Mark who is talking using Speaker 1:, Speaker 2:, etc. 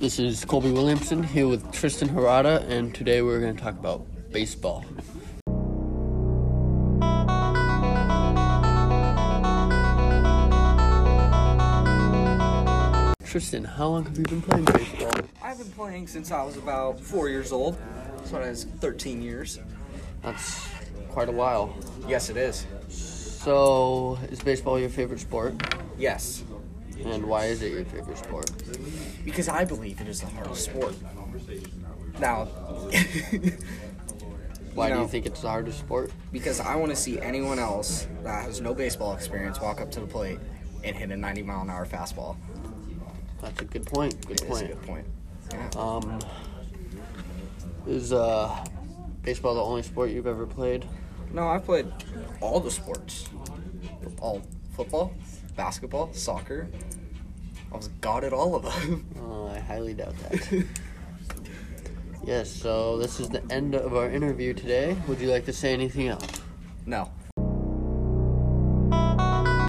Speaker 1: This is Colby Williamson here with Tristan Harada, and today we're going to talk about baseball. Tristan, how long have you been playing baseball?
Speaker 2: I've been playing since I was about four years old. So that is 13 years.
Speaker 1: That's quite a while.
Speaker 2: Yes, it is.
Speaker 1: So, is baseball your favorite sport?
Speaker 2: Yes.
Speaker 1: And why is it your favorite sport?
Speaker 2: Because I believe it is the hardest sport. Now,
Speaker 1: Why do
Speaker 2: No.
Speaker 1: you think it's the hardest sport?
Speaker 2: because I want to see anyone else that has no baseball experience walk up to the plate and hit a 90 mile an hour fastball.
Speaker 1: That's a good point. Good
Speaker 2: It is a
Speaker 1: point.
Speaker 2: good point. Yeah.
Speaker 1: Um, is uh, baseball the only sport you've ever played?
Speaker 2: No, I've played all the sports. All football, basketball, soccer. I was god at all of them.
Speaker 1: Uh, I highly doubt that. yes, so this is the end of our interview today. Would you like to say anything else?
Speaker 2: no.